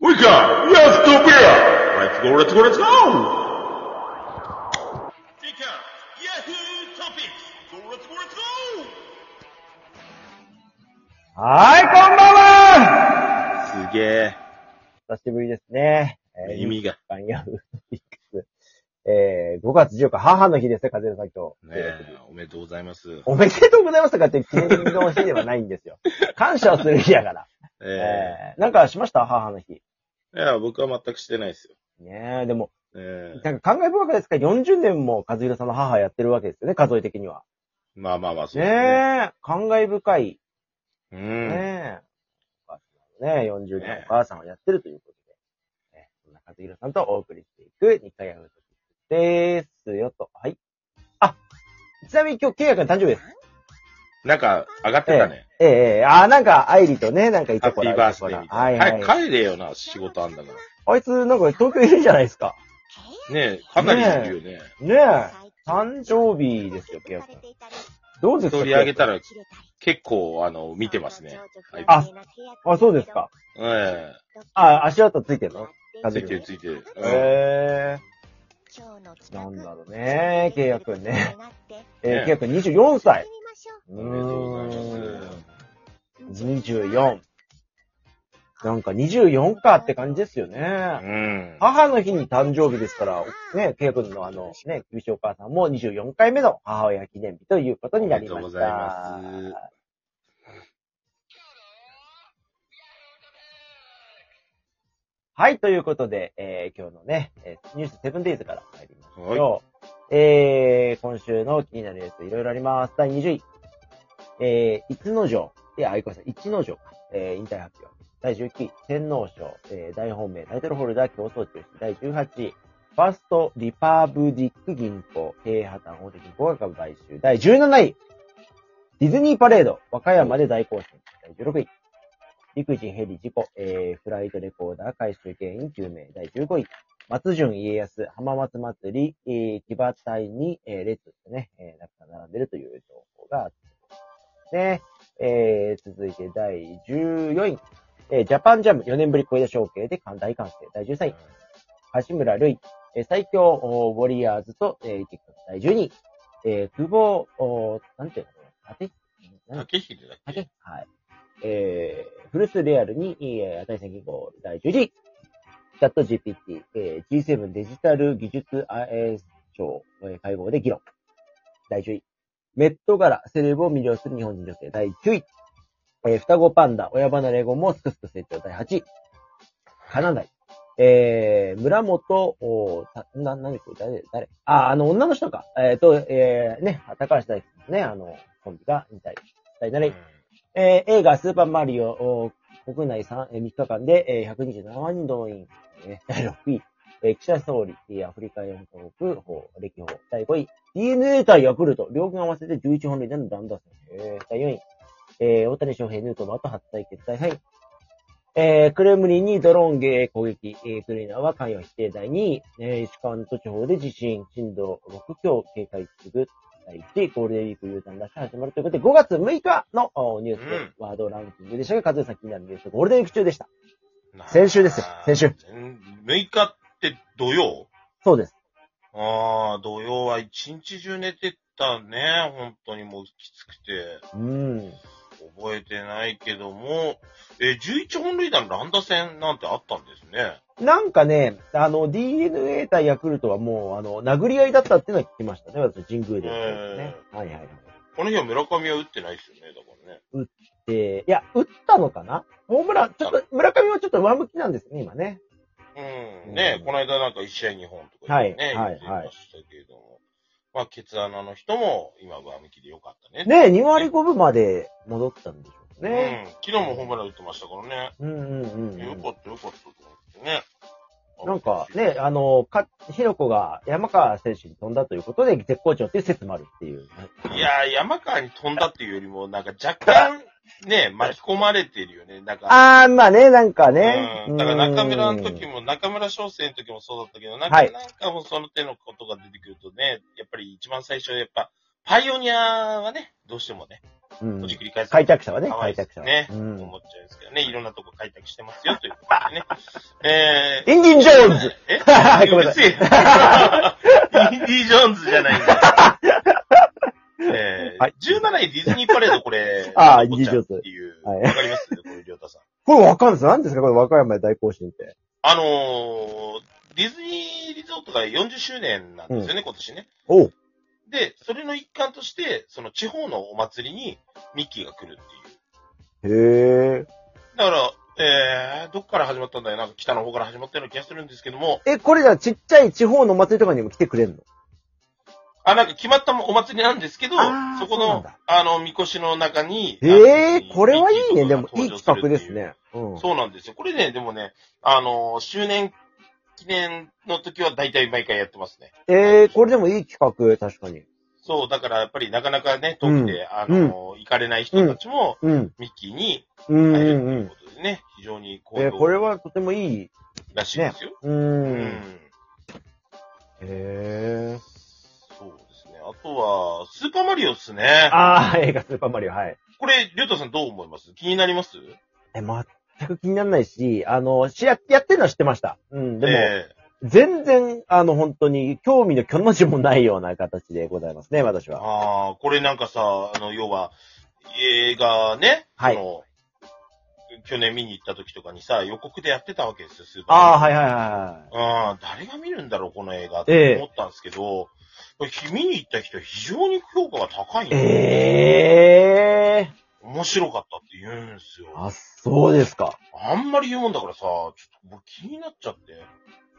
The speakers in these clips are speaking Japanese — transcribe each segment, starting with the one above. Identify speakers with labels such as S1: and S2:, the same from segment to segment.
S1: Go! Yes, to beer! Let's go, let's go, let's go! Pick up Yahoo Topics! Go, let's go, let's go!
S2: はーい、こんばんは
S1: すげえ、
S2: 久しぶりですね。えー、
S1: 耳が。
S2: 番ヤフーピックス。えー、5月14日、母の日ですね、風邪さん今日。
S1: ねえ、おめでとうございます。
S2: おめでとうございますとかって記念日の日ではない んですよ。感謝をする日やから。
S1: え
S2: えー、なんかしました母の日。
S1: えいや、僕は全くしてないですよ。
S2: ねえ、でも、
S1: ええ
S2: なんか感慨深くですか ?40 年も和弘さんの母やってるわけですよね、数え的には。
S1: まあまあまあ、そう
S2: ね
S1: ですね。
S2: え、感慨深い。
S1: うん。
S2: ねえ。お母さんのね、40代のお母さんをやってるということで、ね、そんな和弘さんとお送りしていく、日課ヤフートピックですよと。はい。あ、ちなみに今日、ケイヤ君誕生日です。
S1: なんか、上がってたね。
S2: ええええあー、なんか、アイリとね、なんかい
S1: ハ
S2: と
S1: ッ
S2: こ
S1: ピ
S2: だ
S1: ーバースデー
S2: い
S1: み
S2: とこだは
S1: た
S2: い
S1: いな。
S2: はい。
S1: 早く帰れよな、仕事あんだから。
S2: あいつ、なんか東京いるじゃないですか。
S1: ねえ、かなりいるよね。
S2: ねえ。誕生日ですよケイヤ君どうですか
S1: 取り上げた
S2: ら。
S1: ら結構、あの、見てますね。
S2: ああ、そうですか。。
S1: え
S2: あ、足跡ついてるの
S1: え
S2: 風
S1: ついてる
S2: 邪
S1: ついてる。うん
S2: ええな
S3: なんん
S2: だ
S3: だ
S2: ろ
S3: ろ
S2: う
S3: う
S2: ね
S3: ね、
S2: ケイ
S3: 契
S2: ヤ
S3: 約
S2: 君
S3: ね
S2: ね。え
S1: ね
S2: ー、ケイヤ君24歳。
S1: おめでとうございます。
S2: す。24。なんか24かって感じですよ
S1: う
S2: ね。
S1: ん。
S2: 母の日に誕生日ですから、ね、ケイ君のあの、ね、厳しいお母さんも24回目の母親記念日ということになりました。
S1: おめでとうございます
S2: はい、ということで、えー、今日のね、えーニュースセブンデイズから入りましょう。
S1: は
S2: えー、今週の気になるやついろいろあります。第20位。えー、一之城。いや、あ、いこさん、一之城。えー、引退発表。第19位、天皇賞。えー、大本命、タイトルホルダー競争中止。第18位、ファースト、リパブリック銀行。経営破綻、大手銀行が株買収。第17位、ディズニーパレード。和歌山で大行進。第16位、陸人ヘリ事故。えー、フライトレコーダー回収原因究明。第15位、松潤家康、浜松祭り、えー、騎馬隊に、えー、列でね、えー、なんか並んでるという情報があってますね。えー、続いて第14位。えー、ジャパンジャム4年ぶり小枝承継で関大歓声。第13位。橋村類、えー最強おーウォリアーズと、えー、結果第12位。えー、久保、おーなんていうのあて、なん
S1: 竹秀だっけ
S2: はい。えー、フルスレアルに、えー、値千銀行第10位。チャット GPT、えー、G7 デジタル技術あえー庁、えー会合で議論。第10位。メット柄、セレブを魅了する日本人女性。第9位。えー、双子パンダ、親離れ後もすくすく成長。第8位。カナダイ。えー、村本、おーたな、なにこれ、誰、誰あ、あの、女の人か。えー、と、えー、ね、高橋大輝ね、あの、コンビが引退。第7位。えー映画スーパーマリオ、お国内 3, えー3日間で、えー127万人動員。えー6位、えー岸田総理、えーアフリカ4カ国法、歴法。第5位、DNA 対ヤクルト、両軍合わせて11本塁打の乱打戦。えー第4位、えー大谷翔平、ヌートバーと初対決。第3位、えークレムリンにドローンゲー攻撃、えークレーナーは関与否定。第2位、えー、主幹と地方で地震、震度6強警戒する。第1位、ゴールデンウィーク U ターンラッシュ始まるということで、5月6日のおニュースで
S1: うん
S2: ワードランキングでしたが、和ズさん気になるニュース、ゴールデンウィーク中でした。
S1: な
S2: 先週ですよ先週。
S1: うん6日って土曜
S2: そうです。
S1: ああ、土曜は一日中寝てたね。本当にもうきつくて。
S2: うん。
S1: 覚えてないけども、えー、11本塁打の乱打戦なんてあったんですね。
S2: なんかね、あの、DNA 対ヤクルトはもう、あの、殴り合いだったっていうのは聞きましたね、私、神宮で。ね。はいはいはい。
S1: この日は村上は打ってないですよね。だからね。
S2: で、いや、打ったのかなホームラン、ちょっと、村上はちょっと上向きなんですね、今ね。
S1: うん。ね、
S2: うん
S1: この間なんか1試合2本とか、ね、
S2: は
S1: 言
S2: い
S1: ってましたけれども。まあ、ケツ穴の人も今上向きでよかったね。
S2: ね2割5分まで戻ったんでしょうね。
S1: うん。昨日もホームラン打ってましたからね。
S2: うんうんうんう
S1: よ
S2: ん
S1: か。ったよかったと思ってね。
S2: なんかね、あの、か、ひろこが山川選手に飛んだということで、絶好調っていう説もあるっていう。
S1: いやー、山川に飛んだっていうよりも、なんか若干、ね、巻き込まれてるよね。なんか、
S2: あー、まあね、なんかね。
S1: うん。だから中村の時
S2: も。
S1: も、中村翔成の時もそうだったけど、なん
S2: は
S1: か、
S2: い
S1: なんかもうその手のことが出てくるとね、やっぱり一番最初、やっぱ、パイオニアはね、どうしてもね、
S2: うん
S1: ほじ。くり返す。
S2: 開拓者はね、
S1: かわい
S2: 開
S1: いで
S2: 拓
S1: す
S2: 者は。
S1: ね。
S2: う
S1: 思
S2: ん。
S1: っちゃうんですけどね、いろんなとこ開拓してますよ、ということでね。えー、
S2: インディ・ジョーンズ
S1: え
S2: ごめんなさ
S1: 別
S2: い
S1: にインデ ィ・ジョーンズじゃないんだ。えー
S2: はい
S1: 17位ディズニーパレードこれ、
S2: あー
S1: 残っちゃうっていう。
S2: は
S1: わ、
S2: い
S1: かりますこれ、りょうたさん。
S2: これわかんないです。何ですかこれ和歌山で大行進って。
S1: あのー、ディズニーリゾートが40周年なんですよね、今年ね。
S2: おう。
S1: で、それの一環として、その地方のお祭りにミッキーが来るっていう。
S2: へえ。
S1: だから、えー、どっから始まったんだよ。なんか北の方から始まったような気がするんですけども、
S2: え、これじゃあちっちゃい地方のお祭りとかにも来てくれんの
S1: あ、なんか決まったお祭りなんですけど
S2: あー、
S1: そこ
S2: そうなん
S1: の
S2: だ、
S1: あの、みこしの中に。
S2: へ
S1: あ
S2: え
S1: の、
S2: これはいいね。
S1: ミッキ
S2: で
S1: ー
S2: も
S1: と、か
S2: い
S1: が登
S2: い
S1: 場
S2: 企
S1: するって
S2: 画
S1: いう
S2: です。ね。うん。
S1: そうなんですよ。これね、でもね、あの、周年記念の時は大体毎回やってますね。
S2: えー、これでもいい企画、確かに。
S1: そう、だからやっぱりなかなかね、遠くで、あの、行かれない人たちも、
S2: うん。
S1: ミッキーに
S2: うん、う
S1: 会えると
S2: ん、う。
S1: いうんことでね、非常に好
S2: えー、これ
S1: 評
S2: はとてもいい。
S1: らしいですよ。
S2: う。
S1: うんん。
S2: へえ。
S1: そうですね。あとは、スーパーマリオですね。
S2: あー、映画スーパーマリオ、はい。
S1: これ、りょうたさんどう思います気になります
S2: え、全く気にならないし、あの、しや、やってるのは知ってました。うん、でも、
S1: ええ
S2: 全然、あの、本当に、興味の巨の字もないような形でございますね、私は。
S1: ああ、これなんかさ、あの、要は、映画ね、
S2: はい
S1: あの、去年見に行った時とかにさ、予告でやってたわけですよ、スーパー
S2: ああ、
S1: マ
S2: は
S1: リ
S2: い
S1: オ。
S2: はいはい。
S1: ああ、誰が見るんだろう、この映画っ
S2: え
S1: て
S2: え
S1: 思ったんですけど、これ見に行った人非常に評価が高いの
S2: ええ
S1: 面白かったって言うんですよ。
S2: ー。あ、そうですか。
S1: あんまり言うもんだからさ、ちょっと僕気になっちゃって。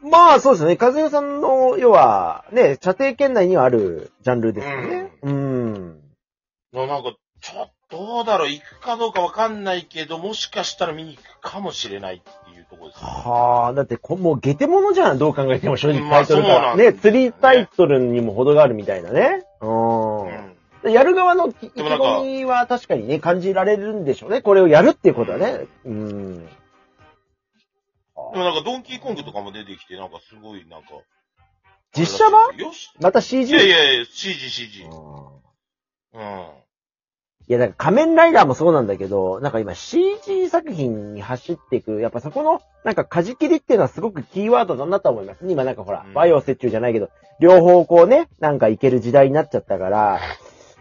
S2: まあ、そうですね。和代さんの、要は、ね、射程圏内にはあるジャンルですよね。うん。
S1: ななんか、ちょっと、どうだろう、行くかどうかわかんないけど、もしかしたら見に行くかもしれないっていうところですね。
S2: はあ、だってこ、もう、ゲテモノじゃん、どう考えても、正直
S1: ま
S2: タ
S1: あ
S2: イトルが。
S1: そうなんですよ
S2: ね、
S1: ね
S2: 釣りタイトルにも程があるみたいなね。う。
S1: うんん。
S2: やる側の意気
S1: もなんか
S2: 込みは確かにね、感じられるんでしょうね。これをやるっていうことはね。うん。
S1: でもなんかドンキーコングとかも出てきて、なんかすごいなんか。
S2: 実写版
S1: よし。
S2: また
S1: い
S2: CG?
S1: やいやいや、CG、CG
S2: う。
S1: うん。
S2: ん
S1: あ
S2: いや、だから仮面ライダーもそうなんだけど、なんか今 CG 作品に走っていく、やっぱそこの、なんか舵切りっていうのはすごくキーワードだなと思いますね。今なんかほら
S1: う、ん
S2: 和洋折衷じゃないけど、両方こうね、なんかいける時代になっちゃったから、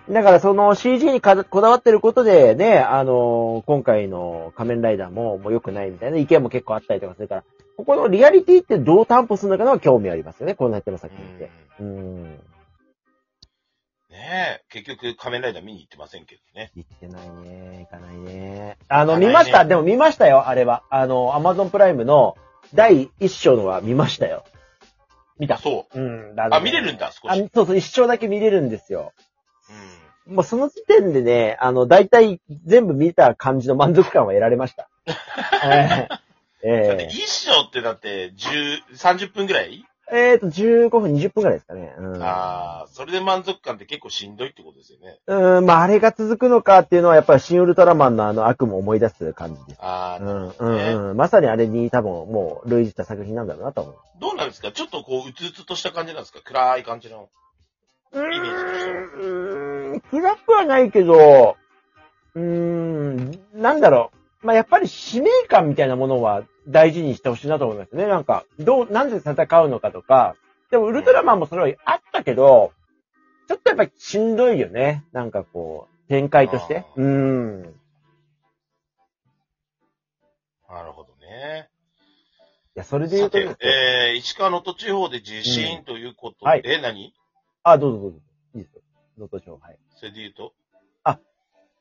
S2: だからその CG にかこだわってることでね、あのー今回の仮面ライダーももう良くないみたいな意見も結構あったりとかするから、ここのリアリティってどう担保するのかのは興味ありますよね、このやってる作品って。うん。
S1: ねえ、結局仮面ライダー見に行ってませんけどね。
S2: 行ってないね。行かないね。あの、
S1: 行かないね
S2: 見ました。でも見ましたよ、あれは。あの、アマゾンプライムの第一章のは見ましたよ。見た。
S1: そう。
S2: うん。
S1: あ、見れるん
S2: だ
S1: だ、少
S2: あ
S1: し。うん。
S2: そうそう、一章だけ見れるんですよ。もうその時点でね、あの、大体全部見た感じの満足感は得られま した。ええ
S1: だって
S2: え
S1: 一章ってだって、十、30分ぐらい
S2: ええーと、15分、20分くらいですかね。うん。
S1: ああ、それで満足感って結構しんどいってことですよね。
S2: うん、まあ、あれが続くのかっていうのは、やっぱりシン・ウルトラマンのあの悪夢を思い出す感じです。
S1: ああ、
S2: うんうんうん。まさにあれに多分もう類似した作品なんだろうなと思う。
S1: どうなんですかちょっとこう、うつうつとした感じなんですか暗い感じの。
S2: う
S1: イメージとしては
S2: ーん、暗くはないけど、うーん、なんだろう。まあ、やっぱり使命感みたいなものは大事にしてほしいなと思いますね。なんか、どう、なんで戦うのかとか。でも、ウルトラマンもそれはあったけど、ちょっとやっぱりしんどいよね。なんかこう、展開として。
S1: あ
S2: うーん。
S1: なるほどね。
S2: いや、それで言
S1: さ
S2: うと
S1: て
S2: ですね、
S1: えー、石川の土地方で地震ということで、
S2: うんはい
S1: え、何
S2: あ、どうぞどうぞ。いいですよ。能登地方、はい。
S1: それで言うと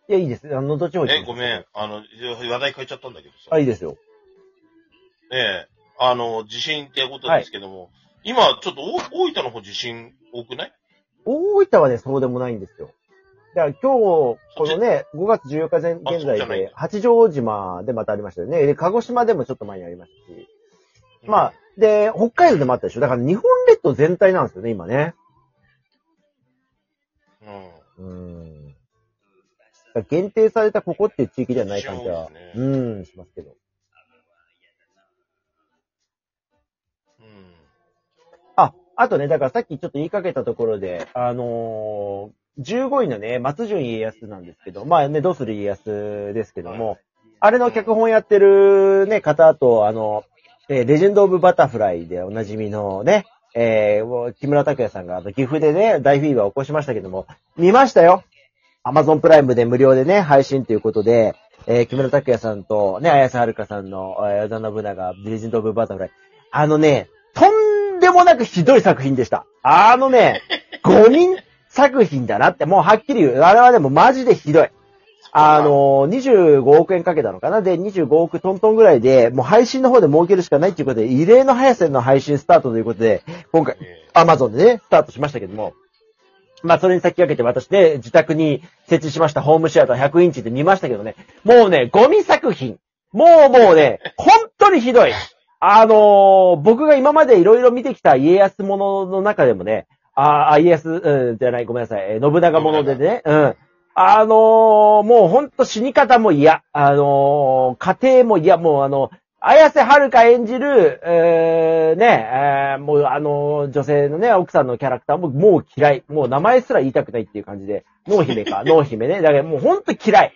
S2: いや、いいです。あの能登地方行き
S1: え、
S2: ます
S1: ごめん。。あの、話題変えちゃったんだけどさ。
S2: あ、いいですよ。
S1: ええあの、地震ってことですけども、今、ちょっとお大分の方地震多くない
S2: 大分はね、そうでもないんですよ。だから今日、このね、5月14日前
S1: あ
S2: 現
S1: そう
S2: 在
S1: じゃないんだ
S2: で、八丈島でまたありましたよね。で、鹿児島でもちょっと前にありましたし。まあ、で、北海道でもあったでしょ。だから日本列島全体なんですよね、今ね。
S1: うん、うん。
S2: うん。だから限定されたここっていう地域ではない感じは
S1: そうで、す
S2: う
S1: ね
S2: ん、しますけど。
S1: うん。
S2: あ、あとね、だからさっきちょっと言いかけたところで、あの15位のね、松潤家康なんですけど、まあね、どうする家康ですけども、あれの脚本やってるね、方と、あの、えーレジェンド・オブ・バタフライでおなじみのね、えー、木村拓哉さんがあの岐阜でね、大フィーバーを起こしましたけども、見ましたよ !Amazon プライムで無料でね、配信ということで、えー木村拓哉さんとね、綾瀬はるかさんの、えー、織田信長、レジェンド・オブ・バタフライ。あのね、とんでもなくひどい作品でした。あのね、5人作品だなって、もうはっきり言う。あれはでもマジでひどい。あの、25億円かけたのかなで、25億トントンぐらいで、もう配信の方で儲けるしかないっていうことで、異例の速さの配信スタートということで、今回、アマゾンでね、スタートしましたけども、まあ、それに先駆けて私ね、自宅に設置しましたホームシアター100インチで見ましたけどね、もうね、ゴミ作品。もうもうね、本当にひどい。あのー僕が今までいろいろ見てきた家康ものの中でもね、ああ、家康、うん、じゃない、ごめんなさい、えー信長ものでね、うん。あのーもうほんと死に方も嫌。あのー家庭も嫌。もうあの、綾瀬はるか演じる、えー、ね、えーもうあのー女性のね、奥さんのキャラクターももう嫌い。もう名前すら言いたくないっていう感じで、濃姫か、濃姫ね。だからもうほんと嫌い。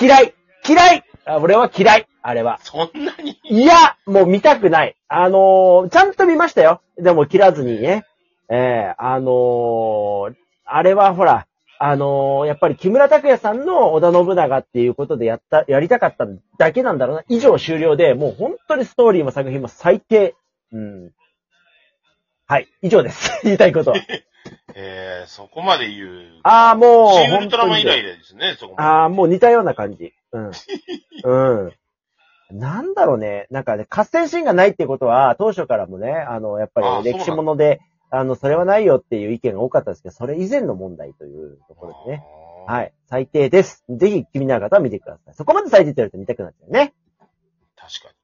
S2: 嫌い嫌いあ俺は嫌いあれは。
S1: そんなに
S2: いや、もう見たくない。あのーちゃんと見ましたよ。でも切らずにね。ええあのーあれはほら、あのーやっぱり木村拓哉さんの織田信長っていうことでやった、やりたかっただけなんだろうな。以上終了で、もう本当にストーリーも作品も最低。うん。はい、以上です。 言いたいこと。
S1: えー、そこまで言う。
S2: ああ、もう。
S1: シン・ウルトラマン以来ですね、そこま
S2: ああ、もう似たような感じ。うん。うん。なんだろうね。なんかね、合戦シーンがないってことは、当初からもね、あの、やっ
S1: あ
S2: ぱ
S1: あ
S2: り歴史もので、あの、それはないよっていう意見が多かったですけど、それ以前の問題というところで
S1: で
S2: ね。。はい。最低です。ぜひ気になる方は見てください。そこまで最低って言われると見たくなっちゃうね。
S1: 確かに。